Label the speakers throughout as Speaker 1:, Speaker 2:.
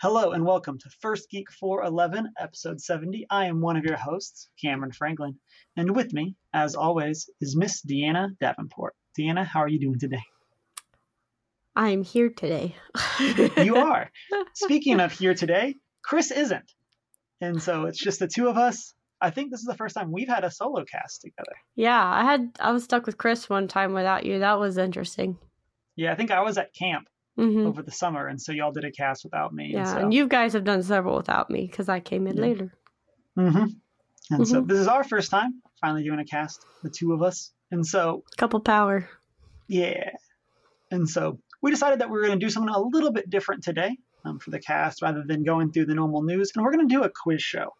Speaker 1: Hello and welcome to First Geek 411, episode 70. I am one of your hosts, Cameron Franklin, and with me, as always, is Miss Deanna Davenport. Deanna, how are you doing today?
Speaker 2: I'm here today.
Speaker 1: you are. Speaking of here today, Chris isn't. And so it's just the two of us. I think this is the first time we've had a solo cast together.
Speaker 2: Yeah, I had I was stuck with Chris one time without you. That was interesting.
Speaker 1: Yeah, I think I was at camp
Speaker 2: hmm
Speaker 1: over the summer, and so y'all did a cast without me.
Speaker 2: Yeah,
Speaker 1: and so,
Speaker 2: and you guys have done several without me because I came in
Speaker 1: Yeah.
Speaker 2: later.
Speaker 1: hmm and so
Speaker 2: Mm-hmm.
Speaker 1: this is our first time finally doing a cast, the two of us. And so
Speaker 2: Couple power.
Speaker 1: Yeah. And so we decided that we were going to do something a little bit different today um, for the cast rather than going through the normal news. And we're going to do a quiz show.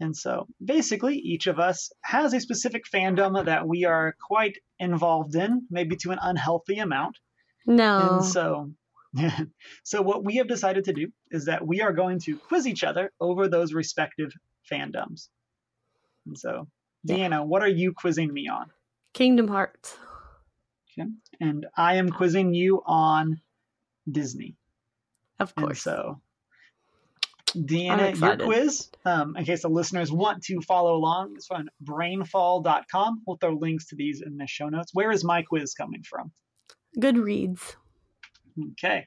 Speaker 1: And so basically, each of us has a specific fandom that we are quite involved in, maybe to an unhealthy amount.
Speaker 2: No.
Speaker 1: And so, so what we have decided to do is that we are going to quiz each other over those respective fandoms. And so,
Speaker 2: Yeah.
Speaker 1: Deanna, what are you quizzing me on?
Speaker 2: Kingdom Hearts.
Speaker 1: and I am quizzing you on Disney.
Speaker 2: Of
Speaker 1: And
Speaker 2: course.
Speaker 1: so,
Speaker 2: I'm
Speaker 1: Deanna, your
Speaker 2: excited.
Speaker 1: quiz, um, in case the listeners want to follow along, it's on brainfall.com. We'll throw links to these in the show notes. Where is my quiz coming from?
Speaker 2: Goodreads.
Speaker 1: Okay.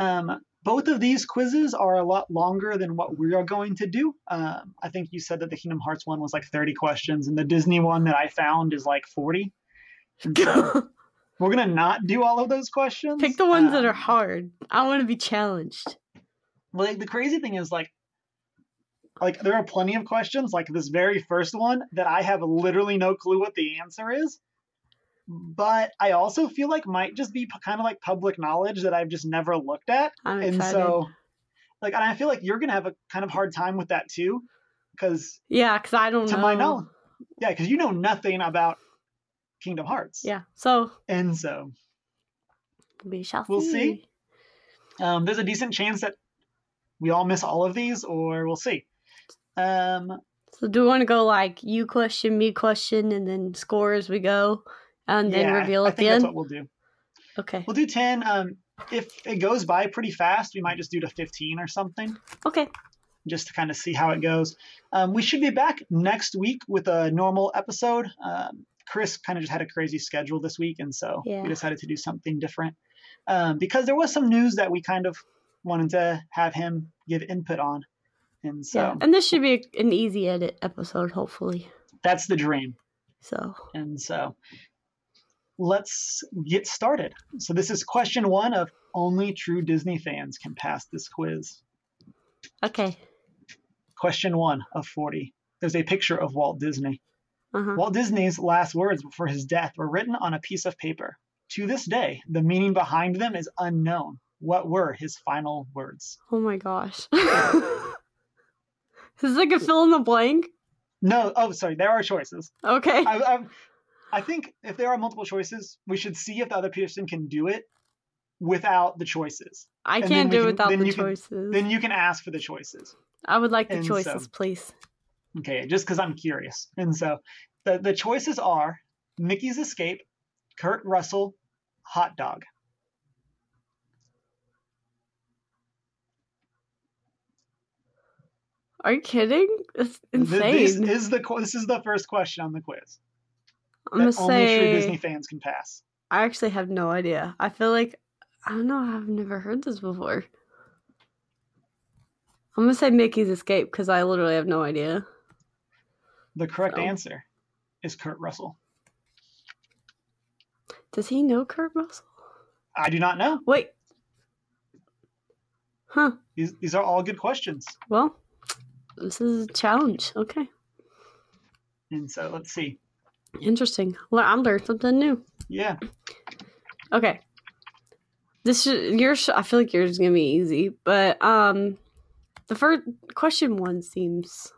Speaker 1: Um, both of these quizzes are a lot longer than what we are going to do. Um, I think you said that the Kingdom Hearts one was like 30 questions, and the Disney one that I found is like 40. And so
Speaker 2: Pick
Speaker 1: we're going to not do all of those questions.
Speaker 2: the ones that are
Speaker 1: Um,
Speaker 2: hard. I want to be challenged.
Speaker 1: like the crazy thing is like like there are plenty of questions like this very first one that i have literally no clue what the answer is but i also feel like might just be kind of like public knowledge that i've just never looked at
Speaker 2: I'm
Speaker 1: and
Speaker 2: excited.
Speaker 1: so like and i feel like you're gonna have a kind of hard time with that too because
Speaker 2: yeah, because I don't
Speaker 1: to
Speaker 2: know.
Speaker 1: my knowledge yeah because you know nothing about kingdom hearts
Speaker 2: Yeah. So
Speaker 1: and so
Speaker 2: we shall
Speaker 1: We'll
Speaker 2: see.
Speaker 1: see. Um, there's a decent chance that we all miss all of these, or we'll see. Um,
Speaker 2: So do we want to go like you question, me question, and then score as we go, and then
Speaker 1: yeah, I-
Speaker 2: reveal
Speaker 1: I
Speaker 2: at the
Speaker 1: think that's
Speaker 2: end?
Speaker 1: what we'll do.
Speaker 2: Okay.
Speaker 1: We'll do ten. Um, if it goes by pretty fast, we might just do to fifteen or something,
Speaker 2: Okay.
Speaker 1: just to kind of see how it goes. Um, we should be back next week with a normal episode. Um, Chris kind of just had a crazy schedule this week, and so
Speaker 2: Yeah.
Speaker 1: we decided to do something different um, because there was some news that we kind of wanted to have him give input on, and so
Speaker 2: yeah. And this should be a- an easy edit episode, hopefully.
Speaker 1: that's the dream.
Speaker 2: So
Speaker 1: And so let's get started. So this is question one of only true Disney fans can pass this quiz.
Speaker 2: okay.
Speaker 1: Question one of 40. There's a picture of Walt Disney.
Speaker 2: Uh huh.
Speaker 1: Walt Disney's last words before his death were written on a piece of paper. To this day, the meaning behind them is unknown. What were his final words?
Speaker 2: Oh my gosh. Is this like a fill in the blank?
Speaker 1: No, oh, sorry, there are choices.
Speaker 2: Okay.
Speaker 1: I, I, I think if there are multiple choices, we should see if the other person can do it without the choices.
Speaker 2: I
Speaker 1: and then we
Speaker 2: can't do
Speaker 1: can-
Speaker 2: without
Speaker 1: then
Speaker 2: the
Speaker 1: you can-
Speaker 2: choices.
Speaker 1: then you can ask for the choices.
Speaker 2: I would like the
Speaker 1: and so-
Speaker 2: choices, please.
Speaker 1: Okay, just because I'm curious. And so the, the choices are Mickey's Escape, Kurt Russell, Hot Dog.
Speaker 2: Are you kidding? It's
Speaker 1: Th-
Speaker 2: insane.
Speaker 1: This is the qu- this is the first question on the quiz
Speaker 2: I'm gonna
Speaker 1: that only true Disney
Speaker 2: say
Speaker 1: fans can pass.
Speaker 2: I actually have no idea. I feel like I don't know. I've never heard this before. I'm gonna say Mickey's Escape because I literally have no idea.
Speaker 1: The correct
Speaker 2: So-
Speaker 1: answer is Kurt Russell.
Speaker 2: Does he know Kurt Russell?
Speaker 1: I do not know.
Speaker 2: Wait. Huh.
Speaker 1: These these are all good questions.
Speaker 2: Well, this is a challenge. Okay.
Speaker 1: And so let's see.
Speaker 2: Interesting. Well, I learned something new.
Speaker 1: Yeah.
Speaker 2: Okay. This should, yours. I feel like yours is gonna be easy, but um, the first question one seems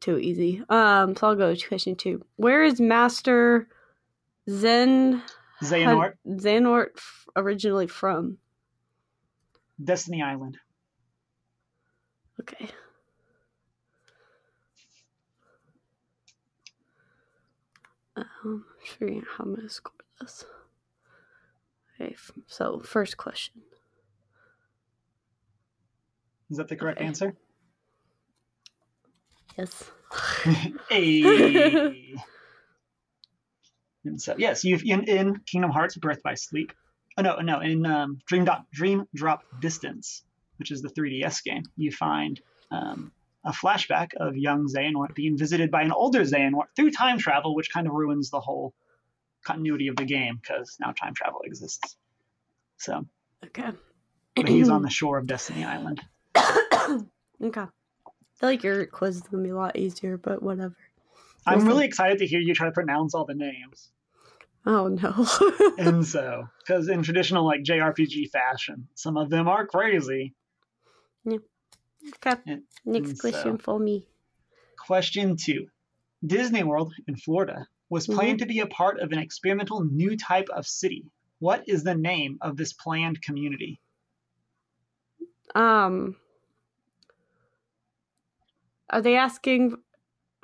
Speaker 2: too easy. Um, so I'll go to question two. Where is Master Zen
Speaker 1: Xehanort,
Speaker 2: Zanort f- originally from?
Speaker 1: Destiny Island.
Speaker 2: Okay. Um, figuring out how I'm gonna score this. Okay, f- so first question.
Speaker 1: Is that the correct
Speaker 2: Okay.
Speaker 1: answer?
Speaker 2: Yes.
Speaker 1: Hey. and so yes, you've in, in Kingdom Hearts Birth by Sleep. Oh no, no, in um, Dream Drop Dream Drop Distance, which is the 3DS game, you find um, a flashback of young Xehanort being visited by an older Xehanort through time travel, which kind of ruins the whole continuity of the game because now time travel exists. So,
Speaker 2: Okay.
Speaker 1: but he's on the shore of Destiny Island.
Speaker 2: okay. I feel like your quiz is gonna be a lot easier, but whatever.
Speaker 1: I'm
Speaker 2: Awesome.
Speaker 1: really excited to hear you try to pronounce all the names.
Speaker 2: Oh no.
Speaker 1: and so because in traditional like jrpg fashion some of them are crazy
Speaker 2: okay.
Speaker 1: and- and
Speaker 2: Next
Speaker 1: so-
Speaker 2: question for me.
Speaker 1: question two disney world in florida was
Speaker 2: Mm-hmm.
Speaker 1: planned to be a part of an experimental new type of city what is the name of this planned community
Speaker 2: Um, are they asking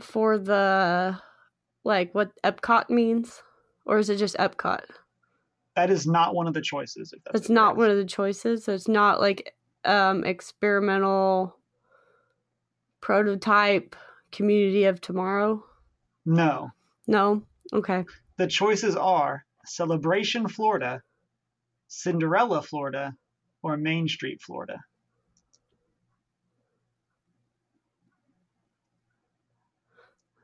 Speaker 2: for the like what Epcot means, or is it just Epcot?
Speaker 1: that is not one of the choices if that's
Speaker 2: That's not one of the choices. So it's not like um experimental prototype community of tomorrow.
Speaker 1: no
Speaker 2: No. Okay.
Speaker 1: the choices are celebration florida cinderella florida or main street florida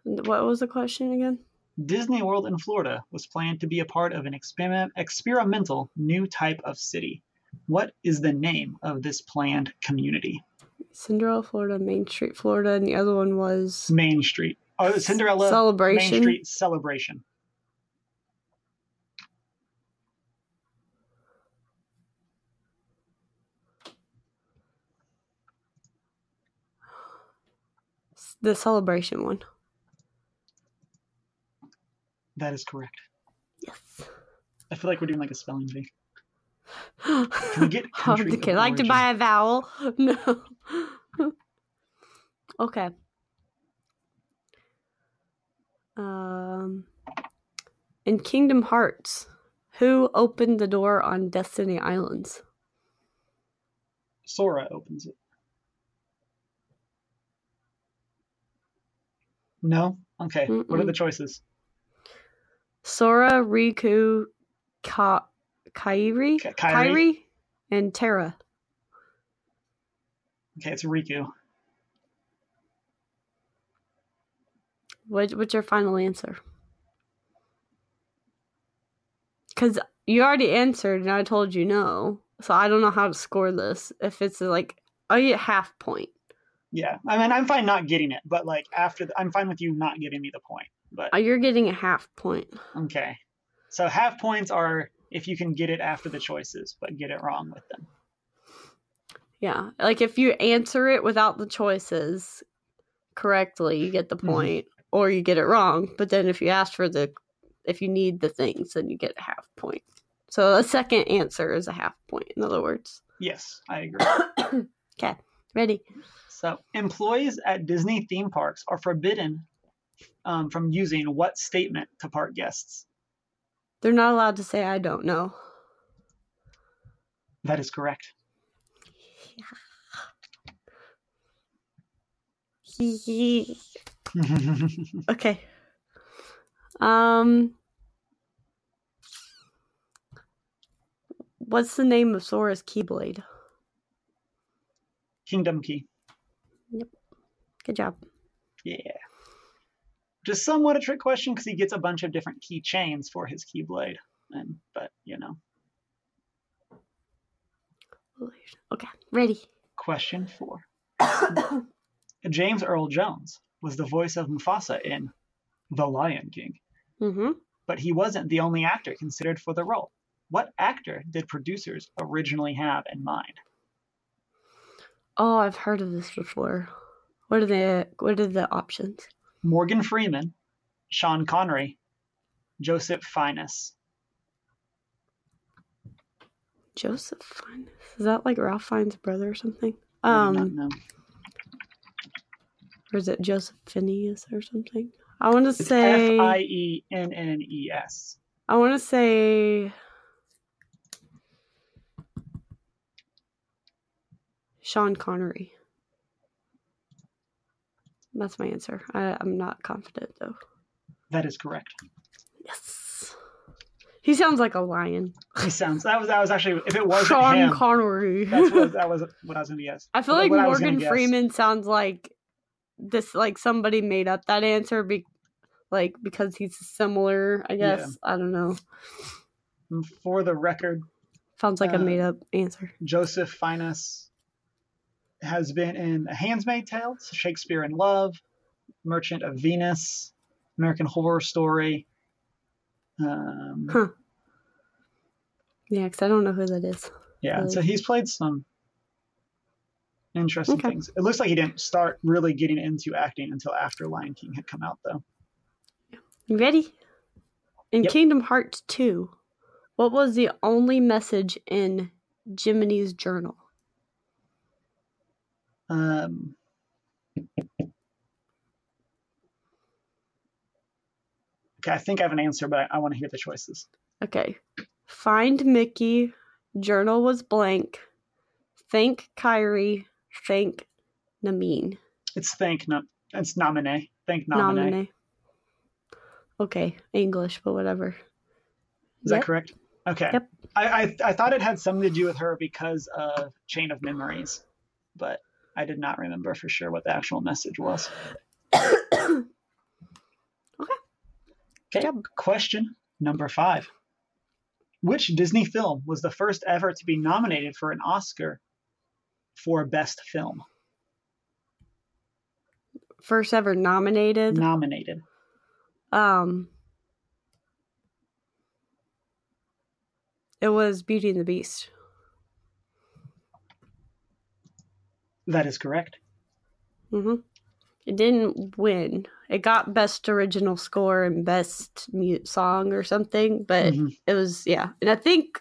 Speaker 2: What was the question again?
Speaker 1: Disney World in Florida was planned to be a part of an experiment, experimental new type of city. What is the name of this planned community?
Speaker 2: Cinderella, Florida, Main Street, Florida, and the other one was
Speaker 1: Main Street. Oh, Cinderella
Speaker 2: Celebration.
Speaker 1: Main Street Celebration.
Speaker 2: The celebration one.
Speaker 1: That is correct.
Speaker 2: Yes.
Speaker 1: I feel like we're doing like a spelling bee. Can we get
Speaker 2: Oh,
Speaker 1: country
Speaker 2: the kid like to
Speaker 1: origin?
Speaker 2: buy a vowel. No. okay. Um, in Kingdom Hearts, who opened the door on Destiny Islands?
Speaker 1: Sora opens it. No? Okay. What are
Speaker 2: Mm-mm.
Speaker 1: the choices?
Speaker 2: Sora, Riku, Ka- Kairi,
Speaker 1: Ka- Kairi.
Speaker 2: Kairi, and Terra.
Speaker 1: Okay, it's Riku.
Speaker 2: What, what's your final answer? Because you already answered and I told you no. So I don't know how to score this. If it's like, I get half point.
Speaker 1: Yeah. I mean, I'm fine not getting it, but like after, the, I'm fine with you not giving me the point. But
Speaker 2: Oh, You're getting a half point.
Speaker 1: Okay. So half points are if you can get it after the choices, but get it wrong with them.
Speaker 2: Yeah. Like if you answer it without the choices correctly, you get the
Speaker 1: Mhm.
Speaker 2: point or you get it wrong. But then if you ask for the, if you need the things, then you get a half point. So a second answer is a half point, in other words.
Speaker 1: Yes, I agree.
Speaker 2: Ready?
Speaker 1: so employees at Disney theme parks are forbidden um, from using what statement to park guests?
Speaker 2: They're not allowed to say, I don't know.
Speaker 1: That is correct.
Speaker 2: okay. Um What's the name of Sora's Keyblade?
Speaker 1: Kingdom Key.
Speaker 2: Good job.
Speaker 1: Yeah. Just somewhat a trick question because he gets a bunch of different keychains for his keyblade. And but you know.
Speaker 2: Okay, ready. Mm-hmm.
Speaker 1: Question four. James Earl Jones was the voice of Mufasa in The Lion King.
Speaker 2: Mm-hmm.
Speaker 1: but he wasn't the only actor considered for the role. What actor did producers originally have in mind?
Speaker 2: Oh, I've heard of this before. What are the what are the options?
Speaker 1: Morgan Freeman, Sean Connery, Joseph Fiennes.
Speaker 2: Joseph Fiennes. Is that like Ralph Fiennes' brother or something?
Speaker 1: I do not
Speaker 2: Um
Speaker 1: know.
Speaker 2: or is it Joseph Phineas or something? I want to
Speaker 1: It's
Speaker 2: say
Speaker 1: F I E N N E S.
Speaker 2: I want to say Sean Connery. That's my answer. I, I'm not confident though.
Speaker 1: That is correct.
Speaker 2: Yes. He sounds like a lion.
Speaker 1: He sounds. That was that was actually if it wasn't
Speaker 2: Sean
Speaker 1: him,
Speaker 2: Connery.
Speaker 1: that's what, that was what I was gonna guess.
Speaker 2: I feel
Speaker 1: What-
Speaker 2: like
Speaker 1: what I was
Speaker 2: Morgan
Speaker 1: gonna guess.
Speaker 2: Freeman sounds like this, like somebody made up that answer, be- like because he's similar. I
Speaker 1: Yeah.
Speaker 2: guess I don't know.
Speaker 1: Mm, For the record,
Speaker 2: Sounds like a
Speaker 1: Uh,
Speaker 2: made up answer.
Speaker 1: Joseph Fiennes has been in A Handmaid's Tale, Shakespeare in Love, Merchant of Venus, American Horror Story. Um,
Speaker 2: Huh. Yeah, because I don't know who that is.
Speaker 1: yeah,
Speaker 2: Really?
Speaker 1: so he's played some interesting
Speaker 2: Okay.
Speaker 1: things. It looks like he didn't start really getting into acting until after Lion King had come out, though.
Speaker 2: You ready? In
Speaker 1: Yep.
Speaker 2: Kingdom Hearts two, what was the only message in Jiminy's journal?
Speaker 1: Um, okay, I think I have an answer, but I, I want to hear the choices.
Speaker 2: Okay. Find Mickey. Journal was blank. Thank Kyrie. Thank Nameen.
Speaker 1: It's thank, no, it's nominee. Thank
Speaker 2: Nominee.
Speaker 1: nominee.
Speaker 2: Okay, English, but whatever.
Speaker 1: Is
Speaker 2: Yep.
Speaker 1: that correct? Okay.
Speaker 2: Yep.
Speaker 1: I, I I thought it had something to do with her because of Chain of Memories, but I did not remember for sure what the actual message was. Okay.
Speaker 2: job.
Speaker 1: Question number five. Which Disney film was the first ever to be nominated for an Oscar for Best Film?
Speaker 2: First ever nominated.
Speaker 1: Nominated.
Speaker 2: Um, it was Beauty and the Beast.
Speaker 1: That is correct.
Speaker 2: hmm It didn't win. It got best original score and best mute song or something, but
Speaker 1: Mhm.
Speaker 2: it was yeah. And I think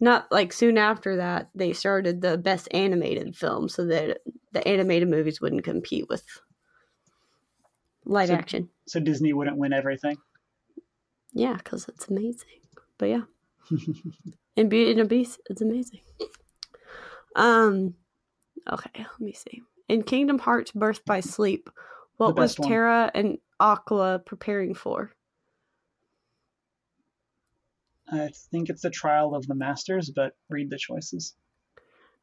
Speaker 2: not like soon after that they started the best animated film so that the animated movies wouldn't compete with live
Speaker 1: So-
Speaker 2: action.
Speaker 1: So Disney wouldn't win everything.
Speaker 2: Yeah, because it's amazing. But yeah, and Beauty and the Beast is amazing. Um, okay, let me see. In Kingdom Hearts: Birth by Sleep, what was
Speaker 1: best one.
Speaker 2: Tara and Aqua preparing for?
Speaker 1: I think it's the trial of the masters, but read the choices.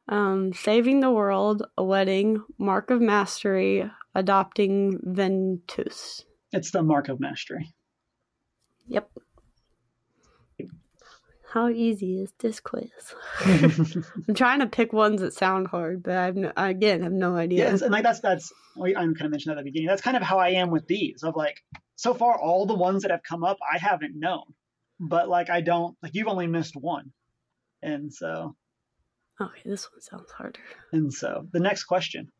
Speaker 2: Um, saving the world, a wedding, mark of mastery, adopting Ventus.
Speaker 1: It's the mark of mastery.
Speaker 2: Yep. How easy is this quiz? I'm trying to pick ones that sound hard, but I've no, again have no idea.
Speaker 1: Yeah, and, and like that's that's we, I'm kind of mentioned at the beginning. That's kind of how I am with these. Of like, so far all the ones that have come up, I haven't known, but like I don't like you've only missed one, and so
Speaker 2: Okay, this one sounds harder.
Speaker 1: and so the next question: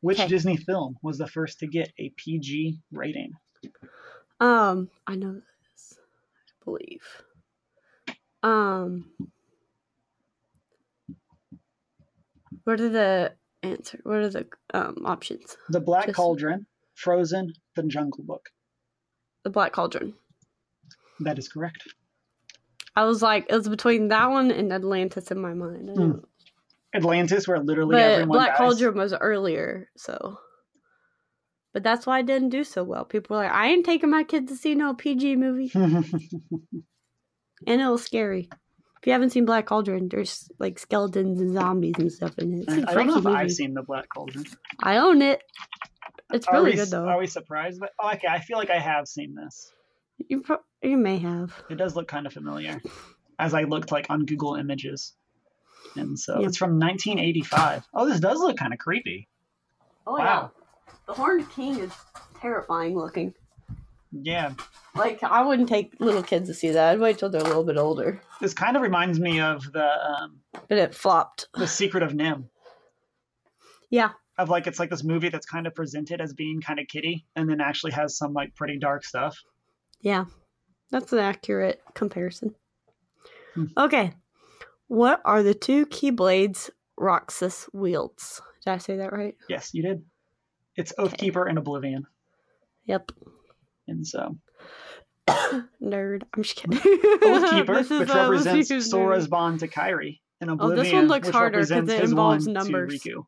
Speaker 1: Which
Speaker 2: Okay.
Speaker 1: Disney film was the first to get a PG rating?
Speaker 2: Um, I know this. I believe. Um, what are the answer? What are the um options?
Speaker 1: The Black
Speaker 2: Just-
Speaker 1: Cauldron, Frozen, The Jungle Book.
Speaker 2: The Black Cauldron.
Speaker 1: That is correct.
Speaker 2: I was like, it was between that one and Atlantis in my mind. I
Speaker 1: Hmm.
Speaker 2: don't-
Speaker 1: Atlantis, where literally
Speaker 2: But
Speaker 1: everyone
Speaker 2: Black
Speaker 1: dies.
Speaker 2: Cauldron was earlier, so. But that's why I didn't do so well. People were like, I ain't taking my kid to see no PG movie. And it was scary. If you haven't seen Black Cauldron, there's like skeletons and zombies and stuff in it. It's
Speaker 1: I
Speaker 2: a
Speaker 1: don't
Speaker 2: freaky
Speaker 1: know if
Speaker 2: movie.
Speaker 1: I've seen The Black Cauldron.
Speaker 2: I own it. It's
Speaker 1: are
Speaker 2: really
Speaker 1: we,
Speaker 2: good though.
Speaker 1: Are we surprised? But oh, okay, I feel like I have seen this.
Speaker 2: you pro- you may have.
Speaker 1: It does look kind of familiar, as I looked like on Google Images, and so
Speaker 2: Yeah.
Speaker 1: it's from 1985. Oh, this does look kind of creepy.
Speaker 2: Oh
Speaker 1: Wow.
Speaker 2: The Horned King is terrifying looking.
Speaker 1: Yeah,
Speaker 2: Like I wouldn't take little kids to see that. I'd wait till they're a little bit older.
Speaker 1: this kind of reminds me of the um,
Speaker 2: But it flopped.
Speaker 1: the Secret of Nim.
Speaker 2: Yeah.
Speaker 1: Of like it's like this movie that's kind of presented as being kind of kiddie, and then actually has some like pretty dark stuff.
Speaker 2: Yeah. That's an accurate comparison.
Speaker 1: Hmm.
Speaker 2: Okay. What are the two keyblades Roxas wields? Did I say that right?
Speaker 1: Yes, you did. It's Oathkeeper and Oblivion,
Speaker 2: Yep.
Speaker 1: and so
Speaker 2: Nerd. I'm just kidding.
Speaker 1: Oathkeeper,
Speaker 2: This is
Speaker 1: which
Speaker 2: a- this
Speaker 1: represents
Speaker 2: is
Speaker 1: Sora's
Speaker 2: nerd.
Speaker 1: bond to Kairi, and
Speaker 2: Oh,
Speaker 1: Oblivion.
Speaker 2: this one looks
Speaker 1: which
Speaker 2: harder 'cause
Speaker 1: represents
Speaker 2: it
Speaker 1: his
Speaker 2: involves
Speaker 1: one to
Speaker 2: numbers.
Speaker 1: Riku.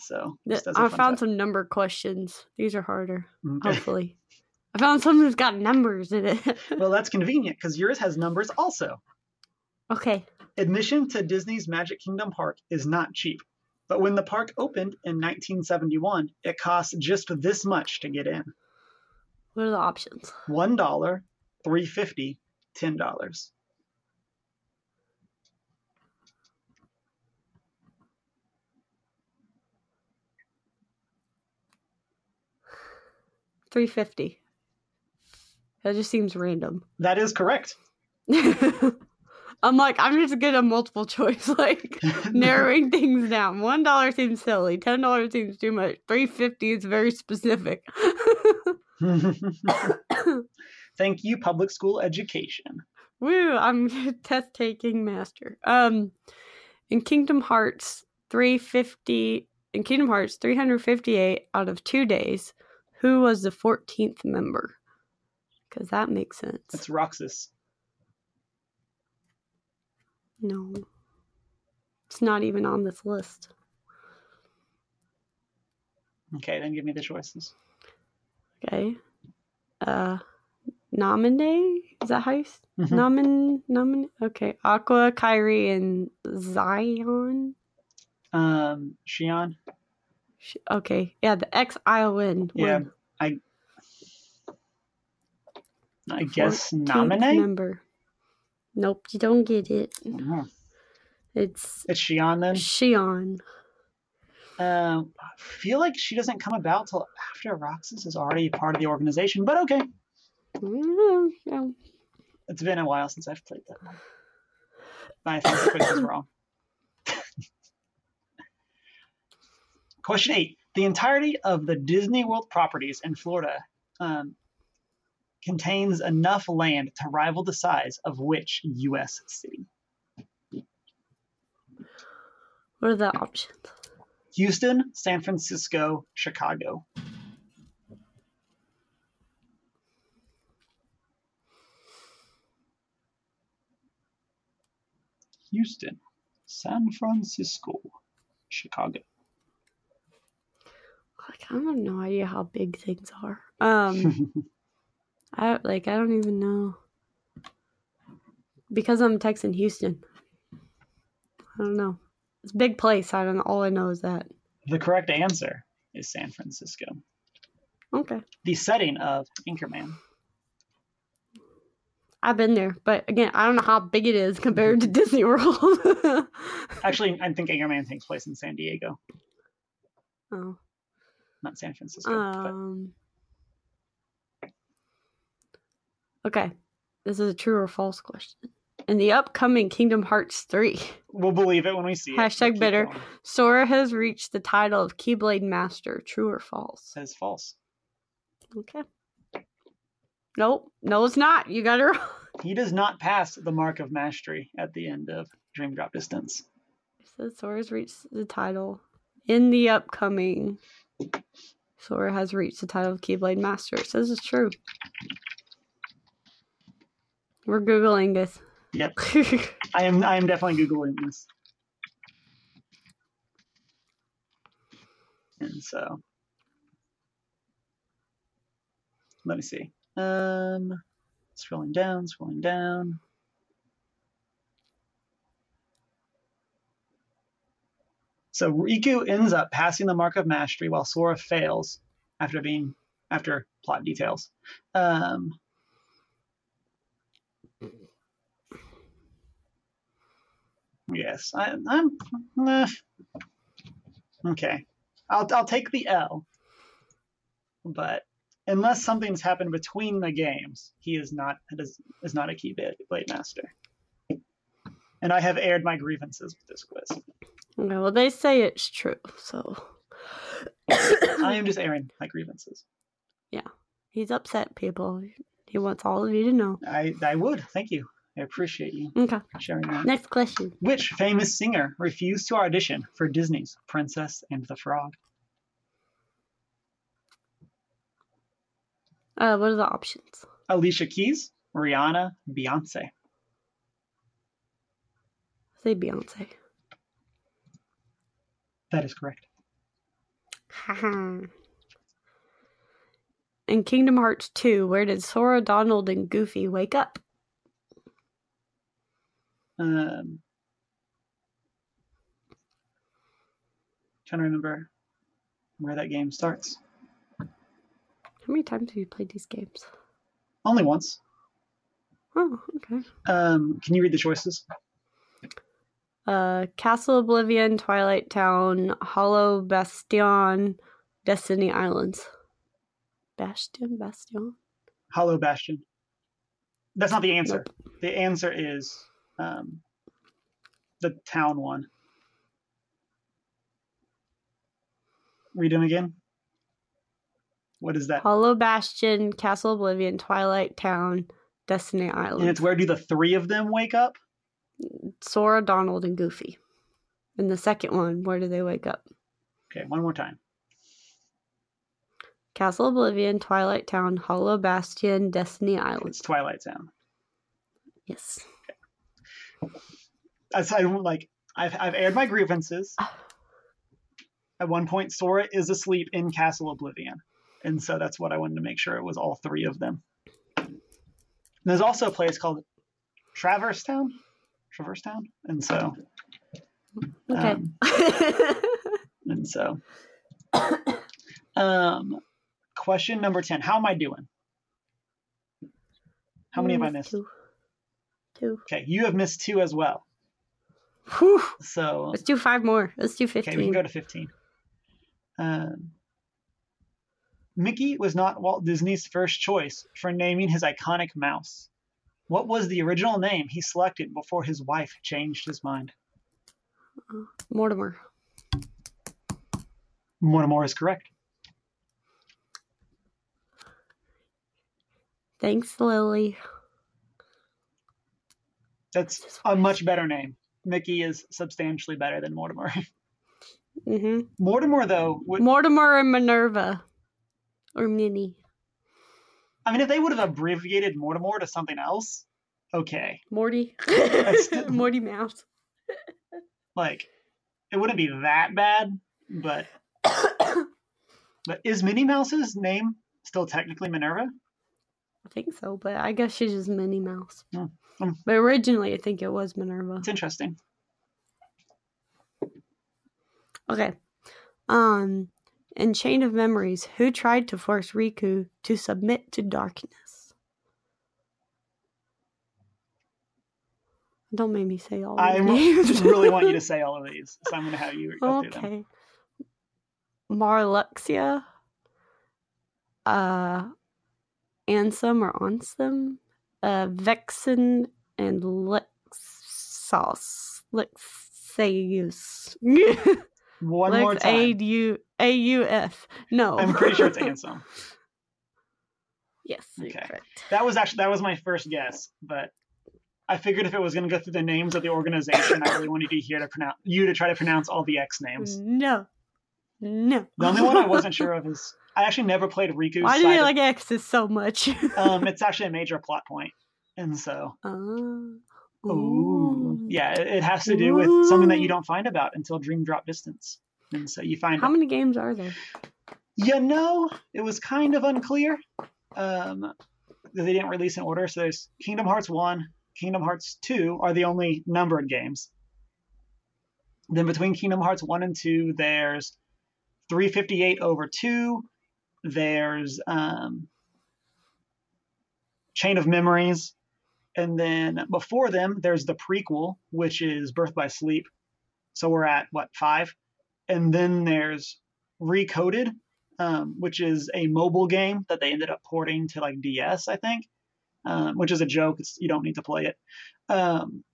Speaker 1: So
Speaker 2: Th-
Speaker 1: just as a
Speaker 2: I
Speaker 1: fun
Speaker 2: found
Speaker 1: fact.
Speaker 2: some number questions. These are harder,
Speaker 1: Okay.
Speaker 2: hopefully. I found something that's got numbers in it.
Speaker 1: Well, that's convenient because yours has numbers also.
Speaker 2: okay.
Speaker 1: Admission to Disney's Magic Kingdom Park is not cheap, but when the park opened in 1971, it cost just this much to get in
Speaker 2: What are the options?
Speaker 1: one dollar, three fifty, ten dollars.
Speaker 2: Three fifty. That just seems random.
Speaker 1: That is correct.
Speaker 2: I'm like, I'm just good at multiple choice, like narrowing things down. One dollar seems silly. Ten dollars seems too much. Three fifty is very specific.
Speaker 1: Thank you, public school education.
Speaker 2: Woo! I'm a test taking master. Um, in Kingdom Hearts 350, in Kingdom Hearts 358 out of two days, who was the 14th member? Because that makes sense.
Speaker 1: It's Roxas.
Speaker 2: no, it's not even on this list.
Speaker 1: Okay, then give me the choices.
Speaker 2: Okay. Uh, Namine? Is that how you? s-
Speaker 1: Mhm.
Speaker 2: Namin, Namin? Okay. Aqua, Kyrie, and Zion?
Speaker 1: Um, Shion.
Speaker 2: Sh- Okay. Yeah, the X I win.
Speaker 1: Yeah,
Speaker 2: win.
Speaker 1: I guess
Speaker 2: 14th
Speaker 1: nominate.
Speaker 2: Member. Nope, you don't get it.
Speaker 1: Mhm.
Speaker 2: It's
Speaker 1: It's Shion then.
Speaker 2: Shion.
Speaker 1: Um, I feel like she doesn't come about till after Roxas is already part of the organization, but okay.
Speaker 2: Mm, yeah.
Speaker 1: It's been a while since I've played that one. My thought quiz was wrong. Question eight: The entirety of the Disney World properties in Florida um, contains enough land to rival the size of which U.S. city?
Speaker 2: What are the options?
Speaker 1: Houston, San Francisco, Chicago. Houston, San Francisco, Chicago.
Speaker 2: Like, I have no idea how big things are. Um, I like I don't even know because I'm Texan Houston. I don't know. It's a big place. I don't. All I know is that.
Speaker 1: the correct answer is San Francisco.
Speaker 2: Okay,
Speaker 1: The setting of Anchorman.
Speaker 2: I've been there, but again, I don't know how big it is compared to Disney World.
Speaker 1: Actually, I think Anchorman takes place in San Diego,
Speaker 2: oh.
Speaker 1: not San Francisco. but
Speaker 2: Um. Okay, this is a true or false question. In the upcoming Kingdom Hearts 3,
Speaker 1: we'll believe it when we see it.
Speaker 2: Hashtag
Speaker 1: Keep
Speaker 2: bitter.
Speaker 1: going.
Speaker 2: Sora has reached the title of Keyblade Master. True or false?
Speaker 1: Says false.
Speaker 2: Okay. Nope. No, it's not. You got it wrong.
Speaker 1: He does not pass the mark of mastery at the end of Dream Drop Distance.
Speaker 2: It says Sora has reached the title in the upcoming. Sora has reached the title of Keyblade Master. It says it's true. We're Googling this.
Speaker 1: Yep.
Speaker 2: Yep.
Speaker 1: I am I am definitely googling this. And so let me see. Um scrolling down, scrolling down. So Riku ends up passing the mark of mastery while Sora fails after being after plot details. Um Yes, I, I'm. eh. Okay, I'll I'll take the L. But unless something's happened between the games, he is not is, is not a key blade master. And I have aired my grievances with this quiz.
Speaker 2: Okay, well, they say it's true, so
Speaker 1: I am just airing my grievances.
Speaker 2: he's upset, people. He wants all of you to know.
Speaker 1: I I would thank you. I appreciate you
Speaker 2: Okay,
Speaker 1: sharing that.
Speaker 2: next question.
Speaker 1: Which famous singer refused to audition for Disney's Princess and the Frog?
Speaker 2: Uh, what are the options?
Speaker 1: Alicia Keys, Rihanna, Beyonce.
Speaker 2: Is say Beyonce.
Speaker 1: That is correct.
Speaker 2: In Kingdom Hearts 2, where did Sora, Donald, and Goofy wake up?
Speaker 1: Um, trying to remember where that game starts.
Speaker 2: How many times have you played these games?
Speaker 1: Only once.
Speaker 2: Oh, okay.
Speaker 1: Um, can you read the choices?
Speaker 2: Uh, Castle Oblivion, Twilight Town, Hollow Bastion, Destiny Islands. Bastion, Bastion.
Speaker 1: Hollow Bastion. That's not the answer. The answer is um, the town one. Read them again. What is that?
Speaker 2: Hollow Bastion, Castle Oblivion, Twilight Town, Destiny
Speaker 1: And it's
Speaker 2: Islands.
Speaker 1: where do the three of them wake up?
Speaker 2: Sora, Donald, and Goofy. And the second one, where do they wake up?
Speaker 1: Okay, one more time.
Speaker 2: Castle Oblivion, Twilight Town, Hollow Bastion, Destiny Islands.
Speaker 1: It's Twilight Town.
Speaker 2: Yes.
Speaker 1: I, I don't like. I've I've aired my grievances. At one point, Sora is asleep in Castle Oblivion, and so that's what I wanted to make sure it was all three of them. And there's also a place called Traverse Town, Traverse Town, and so
Speaker 2: Okay.
Speaker 1: um, and so, um, question number ten: How am I doing? How many have I missed?
Speaker 2: Two. Two.
Speaker 1: Okay, you have missed two as well.
Speaker 2: Whew.
Speaker 1: So
Speaker 2: Let's do five more. Let's do 15.
Speaker 1: Okay, we can go to 15. Um, Mickey was not Walt Disney's first choice for naming his iconic mouse. What was the original name he selected before his wife changed his mind?
Speaker 2: Mortimer.
Speaker 1: Mortimer is correct.
Speaker 2: Thanks, Lily.
Speaker 1: That's a much better name. Mickey is substantially better than Mortimer.
Speaker 2: hmm
Speaker 1: Mortimer, though, would,
Speaker 2: Mortimer and Minerva. Or Minnie.
Speaker 1: I mean, if they would have abbreviated Mortimer to something else, okay.
Speaker 2: Morty.
Speaker 1: That's-
Speaker 2: Morty Mouse.
Speaker 1: Like, it wouldn't be that bad, but
Speaker 2: I
Speaker 1: but is Minnie Mouse's name still technically Minerva?
Speaker 2: think so, but I guess she's just Minnie Mouse.
Speaker 1: Mm. Mm.
Speaker 2: But originally, I think it was Minerva.
Speaker 1: It's interesting.
Speaker 2: Okay. Um, in Chain of Memories, who tried to force Riku to submit to darkness? Don't make me say all.
Speaker 1: I
Speaker 2: the names.
Speaker 1: really want you to say all of these, so I'm going to have you go through them.
Speaker 2: okay. Marluxia. Uh, Ansem or Ansem, uh, Vexen and Lexos. Lexaeus.
Speaker 1: One
Speaker 2: Lex
Speaker 1: more time.
Speaker 2: AU AUF. No.
Speaker 1: I'm pretty sure it's Ansem.
Speaker 2: yes, you're
Speaker 1: Okay.
Speaker 2: correct.
Speaker 1: That was actually that was my first guess, but I figured if it was going to go through the names of the organization, I really wanted you here to pronounce you to try to pronounce all the X
Speaker 2: Mm.
Speaker 1: names.
Speaker 2: No. No.
Speaker 1: The only one I wasn't sure of is I actually never played Riku's
Speaker 2: Why do
Speaker 1: side
Speaker 2: they
Speaker 1: of-
Speaker 2: like X's so much?
Speaker 1: um, it's actually a major plot point, and so
Speaker 2: Oh.
Speaker 1: ooh,
Speaker 2: Ooh.
Speaker 1: yeah, it, it has to do with something that you don't find about until Dream Drop Distance, and so you find
Speaker 2: How many games are there?
Speaker 1: You know, it was kind of unclear. Um, that they didn't release in order. So there's Kingdom Hearts 1, Kingdom Hearts 2 are the only numbered games. Then between Kingdom Hearts 1 and 2, there's 358 over 2. There's um, Chain of Memories. And then before them, there's the prequel, which is Birth by Sleep. So we're at, what, five? And then there's Recoded, um, which is a mobile game that they ended up porting to like DS, I think, um, which is a joke. It's, you don't need to play it. Um,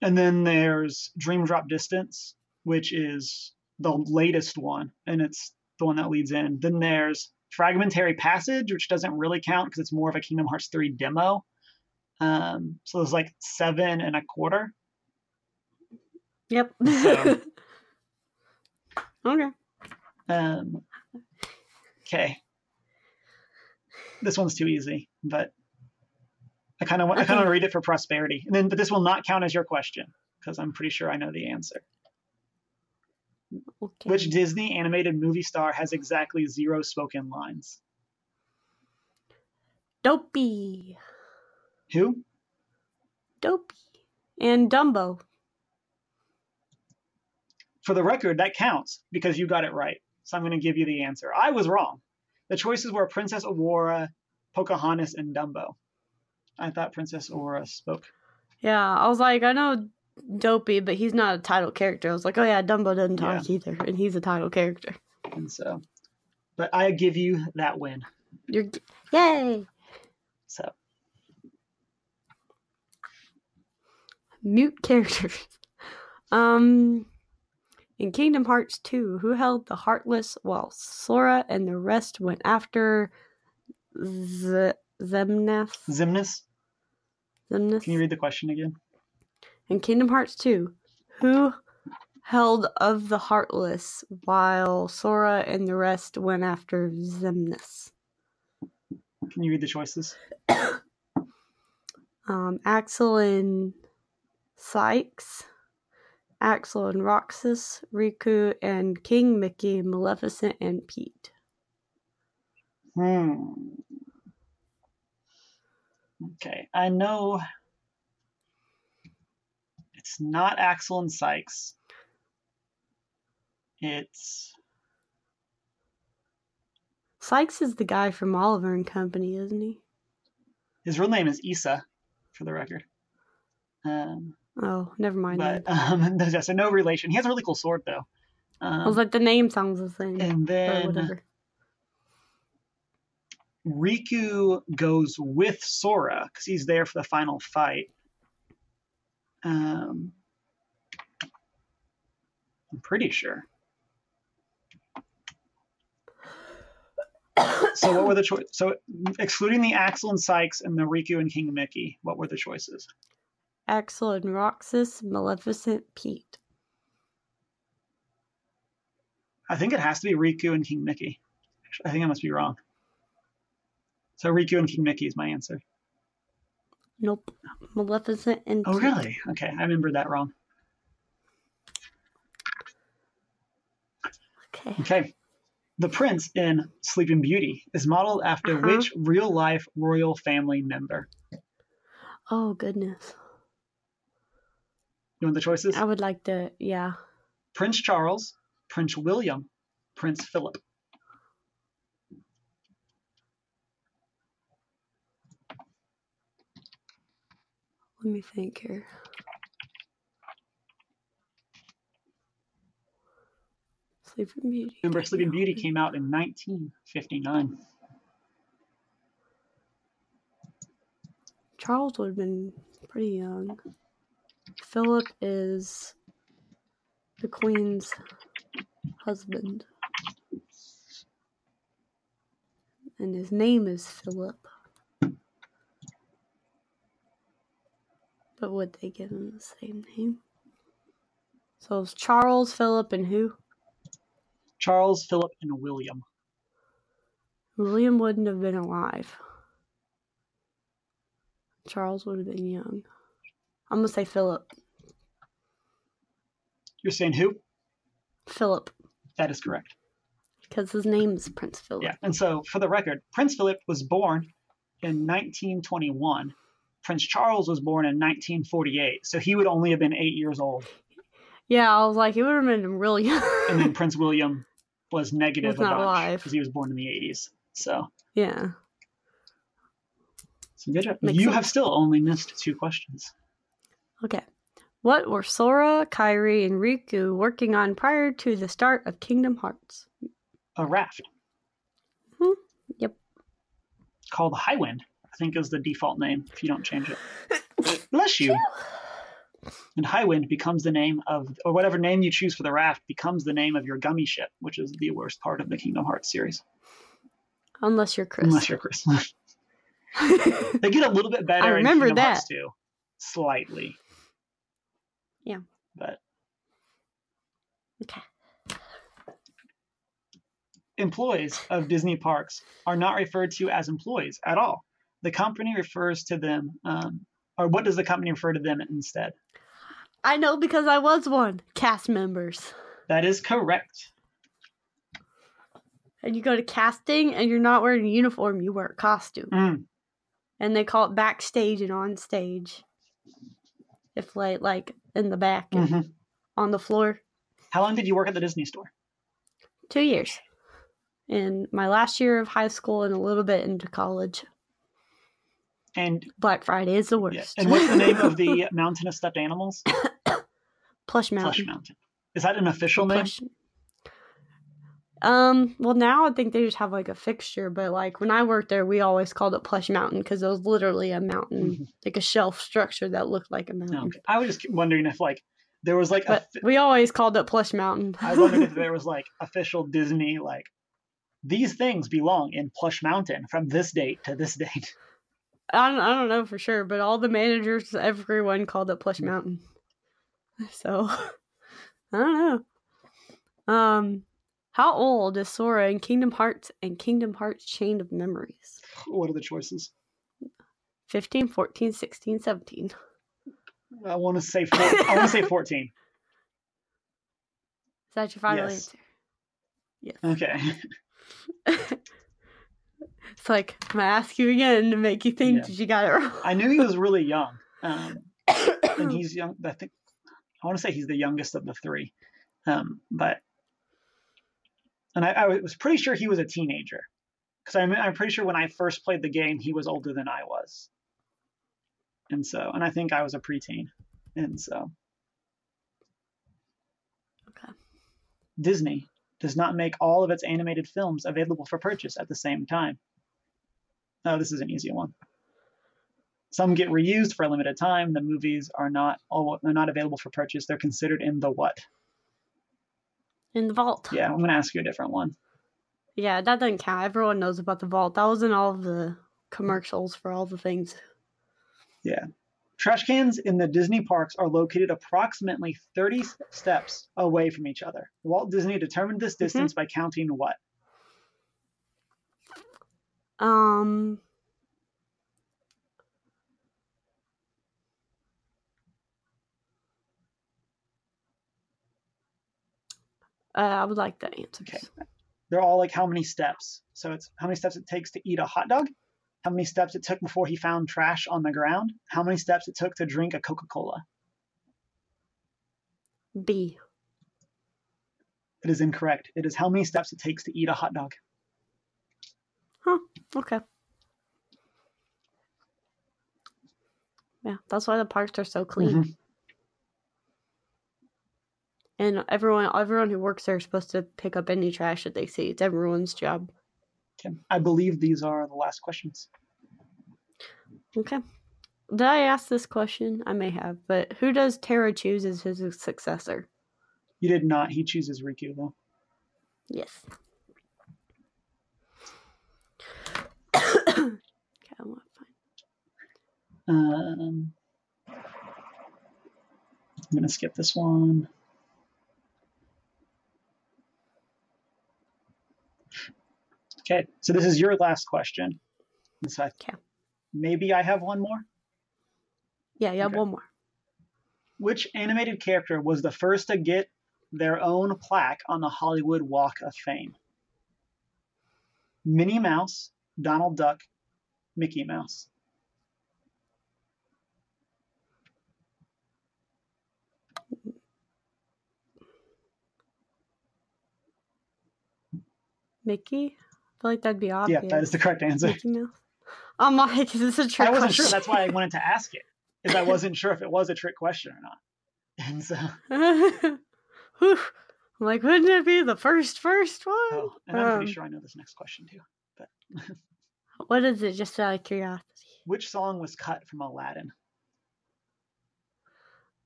Speaker 1: and then there's Dream Drop Distance, which is the latest one, and it's the one that leads in. Then there's Fragmentary Passage, which doesn't really count because it's more of a Kingdom Hearts 3 demo. Um, so there's like seven and a quarter.
Speaker 2: Yep.
Speaker 1: So-
Speaker 2: okay.
Speaker 1: Um, okay. This one's too easy, but I kind of I kind
Speaker 2: Okay.
Speaker 1: of read it for prosperity, and then but this will not count as your question because I'm pretty sure I know the answer.
Speaker 2: Okay.
Speaker 1: Which Disney animated movie star has exactly zero spoken lines?
Speaker 2: Dopey.
Speaker 1: Who?
Speaker 2: Dopey. And Dumbo.
Speaker 1: For the record, that counts because you got it right. So I'm going to give you the answer. I was wrong. The choices were Princess Aurora, Pocahontas, and Dumbo. I thought Princess Aurora spoke.
Speaker 2: Yeah, I was like, I know Dopey, but he's not a title character. I was like, oh yeah, Dumbo doesn't talk either, and he's a title character.
Speaker 1: And so, but I give you that win.
Speaker 2: You're g- yay.
Speaker 1: So,
Speaker 2: Mute characters. Um, in Kingdom Hearts 2, who held the Heartless while Sora and the rest went after Z- Zemnath?
Speaker 1: Zimnus,
Speaker 2: Zemnath?
Speaker 1: can you read the question again?
Speaker 2: In Kingdom Hearts 2, who held of the Heartless while Sora and the rest went after Zemnis?
Speaker 1: Can you read the choices?
Speaker 2: Um, Axel and Sykes, Axel and Roxas, Riku and King Mickey, Maleficent and Pete.
Speaker 1: Hmm. Okay, I know it's not Axel and Sykes. It's
Speaker 2: Sykes is the guy from Oliver and Company, isn't he?
Speaker 1: his real name is Issa, for the record. Um,
Speaker 2: Oh, never mind.
Speaker 1: but
Speaker 2: then.
Speaker 1: um, yeah, so no relation. He has a really cool sword though. Um,
Speaker 2: I was like, the name sounds the same.
Speaker 1: and
Speaker 2: but
Speaker 1: then
Speaker 2: whatever.
Speaker 1: Riku goes with Sora because he's there for the final fight. Um, I'm pretty sure. So what were the choices? So excluding the Axel and Sykes and the Riku and King Mickey, what were the choices?
Speaker 2: Axel and Roxas, Maleficent, Pete.
Speaker 1: I think it has to be Riku and King Mickey. Actually, I think I must be wrong. So Riku and King Mickey is my answer.
Speaker 2: Nope. Maleficent and
Speaker 1: Oh
Speaker 2: Pete.
Speaker 1: really? Okay, I remembered that wrong.
Speaker 2: Okay.
Speaker 1: Okay. The prince in Sleeping Beauty is modeled after
Speaker 2: Uh-huh.
Speaker 1: which real life royal family member?
Speaker 2: Oh goodness.
Speaker 1: You want the choices?
Speaker 2: I would like to yeah.
Speaker 1: Prince Charles, Prince William, Prince Philip.
Speaker 2: Let me think here. Sleeping Beauty.
Speaker 1: Remember, Sleeping Beauty came out in 1959.
Speaker 2: Charles would have been pretty young. Philip is the Queen's husband. And his name is Philip. But would they give him the same name? So it's Charles, Philip, and who?
Speaker 1: Charles, Philip, and William.
Speaker 2: William wouldn't have been alive. Charles would have been young. I'm gonna say Philip.
Speaker 1: You're saying who?
Speaker 2: Philip,
Speaker 1: That is correct.
Speaker 2: because his name is Prince Philip.
Speaker 1: Yeah. And so, for the record, Prince Philip was born in 1921. Prince Charles was born in 1948. So he would only have been eight years old.
Speaker 2: Yeah, I was like, he would have been really
Speaker 1: and then
Speaker 2: young.
Speaker 1: Prince William was negative
Speaker 2: Was not
Speaker 1: a bunch
Speaker 2: alive.
Speaker 1: because he was born in the 80s. So,
Speaker 2: yeah.
Speaker 1: so good job.
Speaker 2: Makes
Speaker 1: you
Speaker 2: sense.
Speaker 1: have still only missed two questions.
Speaker 2: Okay. What were Sora, Kairi, and Riku working on prior to the start of Kingdom Hearts?
Speaker 1: A raft.
Speaker 2: Hmm. Yep.
Speaker 1: Called Highwind, I think is the default name if you don't change it. Bless you. And Highwind becomes the name of, or whatever name you choose for the raft becomes the name of your gummy ship, which is the worst part of the Kingdom Hearts series.
Speaker 2: Unless you're Chris.
Speaker 1: Unless you're Chris. they get a little bit better.
Speaker 2: remember
Speaker 1: in Kingdom Hearts
Speaker 2: that.
Speaker 1: 2, slightly.
Speaker 2: Yeah.
Speaker 1: But
Speaker 2: okay.
Speaker 1: employees of Disney parks are not referred to as employees at all. The company refers to them, um, or what does the company refer to them instead?
Speaker 2: I know because I was one. Cast members.
Speaker 1: That is correct.
Speaker 2: And you go to casting and you're not wearing a uniform, you wear a costume.
Speaker 1: Mm,
Speaker 2: And they call it backstage and on stage. If like like in the back and
Speaker 1: mhm.
Speaker 2: on the floor.
Speaker 1: How long did you work at the Disney store?
Speaker 2: Two years. In my last year of high school and a little bit into college.
Speaker 1: And
Speaker 2: Black Friday is the
Speaker 1: yeah,
Speaker 2: worst.
Speaker 1: and what's the name of the mountain of stuffed animals?
Speaker 2: Plush Mountain?
Speaker 1: Plush Mountain. Is that an official name?
Speaker 2: Plush- Um. Well, now I think they just have like a fixture, but like when I worked there, we always called it Plush Mountain because it was literally a mountain,
Speaker 1: Mhm.
Speaker 2: like a shelf structure that looked like a mountain.
Speaker 1: No, okay. I was just wondering if like there was like a
Speaker 2: But we always called it Plush Mountain.
Speaker 1: I wondered if there was like official Disney like these things belong in Plush Mountain from this date to this date.
Speaker 2: I don't, I don't know for sure, but all the managers, everyone called it Plush Mountain. So, I don't know. Um, how old is Sora in Kingdom Hearts and Kingdom Hearts Chain of Memories?
Speaker 1: What are the choices?
Speaker 2: 15, 14, 16, 17.
Speaker 1: I want to say four, I want to say 14.
Speaker 2: Is that your final
Speaker 1: Yes. Uh.
Speaker 2: answer?
Speaker 1: Okay.
Speaker 2: Yes. it's like I'm gonna ask you again to make you think
Speaker 1: Yeah.
Speaker 2: that you got it wrong.
Speaker 1: I knew he was really young. Um, and he's young. I think I want to say he's the youngest of the three. Um, but and I, I was pretty sure he was a teenager because I'm I'm pretty sure when I first played the game he was older than I was. And so, and I think I was a preteen. And so,
Speaker 2: Okay.
Speaker 1: Disney does not make all of its animated films available for purchase at the same time. Oh, this is an easy one. Some get reused for a limited time. The movies are not all they're not available for purchase. They're considered in the what?
Speaker 2: In the vault.
Speaker 1: Yeah, I'm gonna ask you a different one.
Speaker 2: Yeah, that doesn't count. Everyone knows about the vault. That was in all of the commercials for all the things.
Speaker 1: Trash cans in the Disney parks are located approximately 30 s- steps away from each other. Walt Disney determined this distance by counting what?
Speaker 2: Um. Uh, I would like that answer.
Speaker 1: Okay. They're all like how many steps? So it's how many steps it takes to eat a hot dog, how many steps it took before he found trash on the ground, how many steps it took to drink a Coca Cola.
Speaker 2: B.
Speaker 1: It is incorrect. It is how many steps it takes to eat a hot dog.
Speaker 2: Okay. Yeah, that's why the parks are so clean,
Speaker 1: Mhm.
Speaker 2: and everyone everyone who works there is supposed to pick up any trash that they see. It's everyone's job.
Speaker 1: Okay. I believe these are the last questions.
Speaker 2: Okay. Did I ask this question? I may have, but who does Tara choose as his successor?
Speaker 1: You did not. He chooses Riku though.
Speaker 2: Yes. okay, I'm gonna find.
Speaker 1: Um, I'm gonna skip this one. Okay, so this is your last question. And So I,
Speaker 2: Okay.
Speaker 1: maybe I have one more.
Speaker 2: Yeah, yeah,
Speaker 1: Okay.
Speaker 2: one more.
Speaker 1: Which animated character was the first to get their own plaque on the Hollywood Walk of Fame? Minnie Mouse, Donald Duck, Mickey Mouse.
Speaker 2: Mickey. I feel like that'd be obvious.
Speaker 1: Yeah, that is the correct answer.
Speaker 2: Mickey Mouse. I'm like, is this a trick
Speaker 1: I wasn't
Speaker 2: question?
Speaker 1: sure. That's why I wanted to ask it, is I wasn't sure if it was a trick question or not. And so,
Speaker 2: Whew. I'm like, wouldn't it be the first first one?
Speaker 1: oh, and I'm
Speaker 2: Um,
Speaker 1: pretty sure I know this next question too.
Speaker 2: What is it? Just out of curiosity.
Speaker 1: Which song was cut from Aladdin?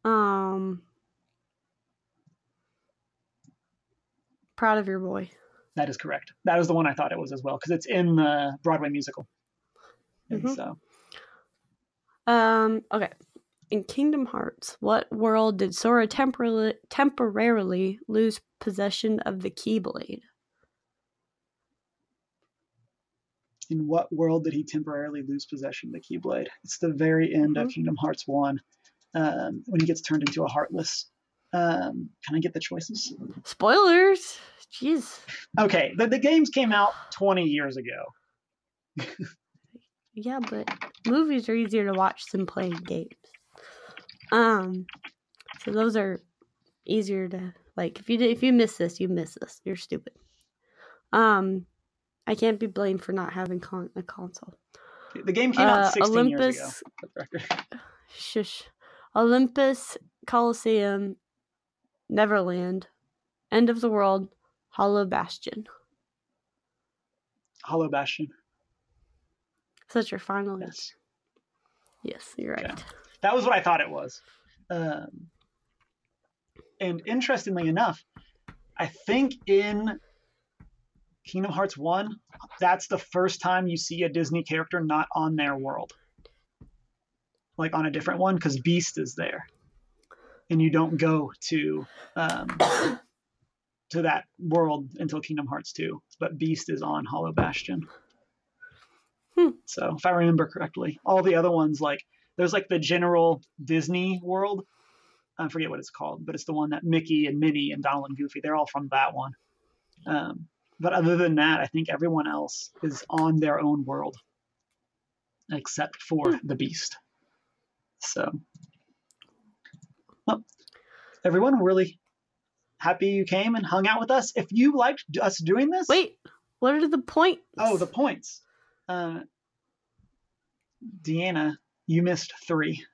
Speaker 2: Um, proud of your boy.
Speaker 1: That is correct. That was the one I thought it was as well, because it's in the Broadway musical. And
Speaker 2: Mhm.
Speaker 1: so,
Speaker 2: Um. Okay. In Kingdom Hearts, what world did Sora temporarily temporarily lose possession of the Keyblade?
Speaker 1: in
Speaker 2: Mm-hmm.
Speaker 1: what world did he temporarily lose possession of the Keyblade? It's the very end of Kingdom Hearts 1. um, when he gets turned into a heartless. Um, can I get the choices?
Speaker 2: Spoilers. Jeez.
Speaker 1: Okay, the, the games came out 20 years ago.
Speaker 2: Yeah, but movies are easier to watch than playing games. Um, so those are easier to like. If you did, if you miss this, you miss this. You're stupid. Um, I can't be blamed for not having con- a console.
Speaker 1: The game came out
Speaker 2: Uh,
Speaker 1: 16
Speaker 2: Olympus-
Speaker 1: years ago. for the record.
Speaker 2: Shush. Olympus, Coliseum, Neverland, End of the World, Hollow Bastion.
Speaker 1: Hollow Bastion.
Speaker 2: So that's your final yes.
Speaker 1: Yes.
Speaker 2: yes, you're
Speaker 1: Yeah.
Speaker 2: right.
Speaker 1: That was what I thought it was. Um, and interestingly enough, I think in Kingdom Hearts 1, that's the first time you see a Disney character not on their world. Like on a different one, because Beast is there. And you don't go to um, to that world until Kingdom Hearts 2. But Beast is on Hollow Bastion.
Speaker 2: Hmm.
Speaker 1: So if I remember correctly, all the other ones like there's like the general Disney world. I forget what it's called, but it's the one that Mickey and Minnie and Donald and Goofy, they're all from that one. Um, but other than that, I think everyone else is on their own world except for the Beast. So, well, everyone, we're really happy you came and hung out with us. If you liked us doing this,
Speaker 2: Wait, what are the points?
Speaker 1: Oh, the points. Uh, Deanna, you missed three.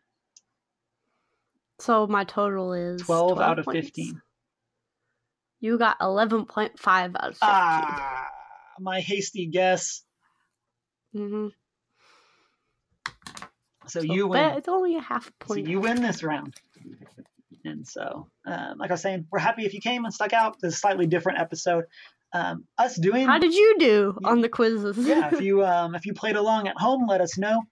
Speaker 2: so my total is
Speaker 1: 12, out of
Speaker 2: points.
Speaker 1: 15.
Speaker 2: You got eleven point five out of fifteen.
Speaker 1: Ah, my hasty guess.
Speaker 2: hmm
Speaker 1: So, you win.
Speaker 2: But it's only a half
Speaker 1: So
Speaker 2: point.
Speaker 1: you win this round. And so, um, like I was saying, we're happy if you came and stuck out. This is a slightly different episode. Um, us doing
Speaker 2: How did you do on the quizzes?
Speaker 1: yeah, if you um, if you played along at home, let us know.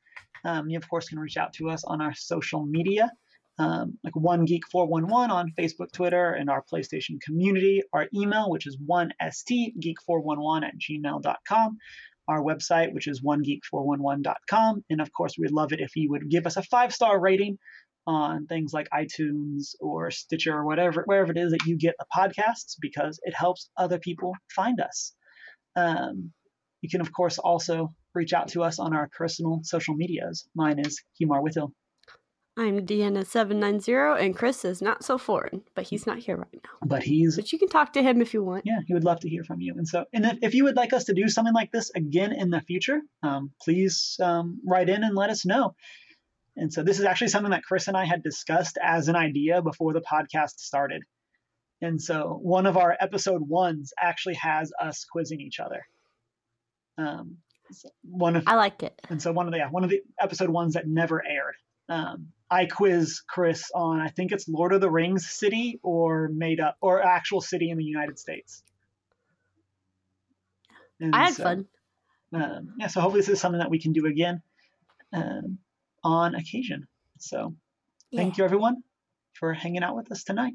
Speaker 1: Um, you of course can reach out to us on our social media, um, like One Geek Four One One on Facebook, Twitter, and our PlayStation community. Our email, which is one st geek four one one at gmail.com. Our website, which is onegeek411.com. And of course, we'd love it if you would give us a five star rating on things like iTunes or Stitcher or whatever, wherever it is that you get the podcasts, because it helps other people find us. Um, you can, of course, also reach out to us on our personal social medias. Mine is Humar Whittle.
Speaker 2: I'm Deanna seven nine zero, and Chris is not so foreign, but he's not here right now.
Speaker 1: But he's,
Speaker 2: But you can talk to him if you want.
Speaker 1: yeah, he would love to hear from you. And so, and if, if you would like us to do something like this again in the future, um, please um, write in and let us know. And so, this is actually something that Chris and I had discussed as an idea before the podcast started. And so, one of our episode ones actually has us quizzing each other. Um, so one of
Speaker 2: I like it.
Speaker 1: And so one of the yeah, one of the episode ones that never aired. Um, I quiz Chris on I think it's Lord of the Rings city or made up or actual city in the United States. And
Speaker 2: I had
Speaker 1: so,
Speaker 2: fun.
Speaker 1: Um, yeah, so hopefully this is something that we can do again um, on occasion. So
Speaker 2: Yeah.
Speaker 1: thank you everyone for hanging out with us tonight.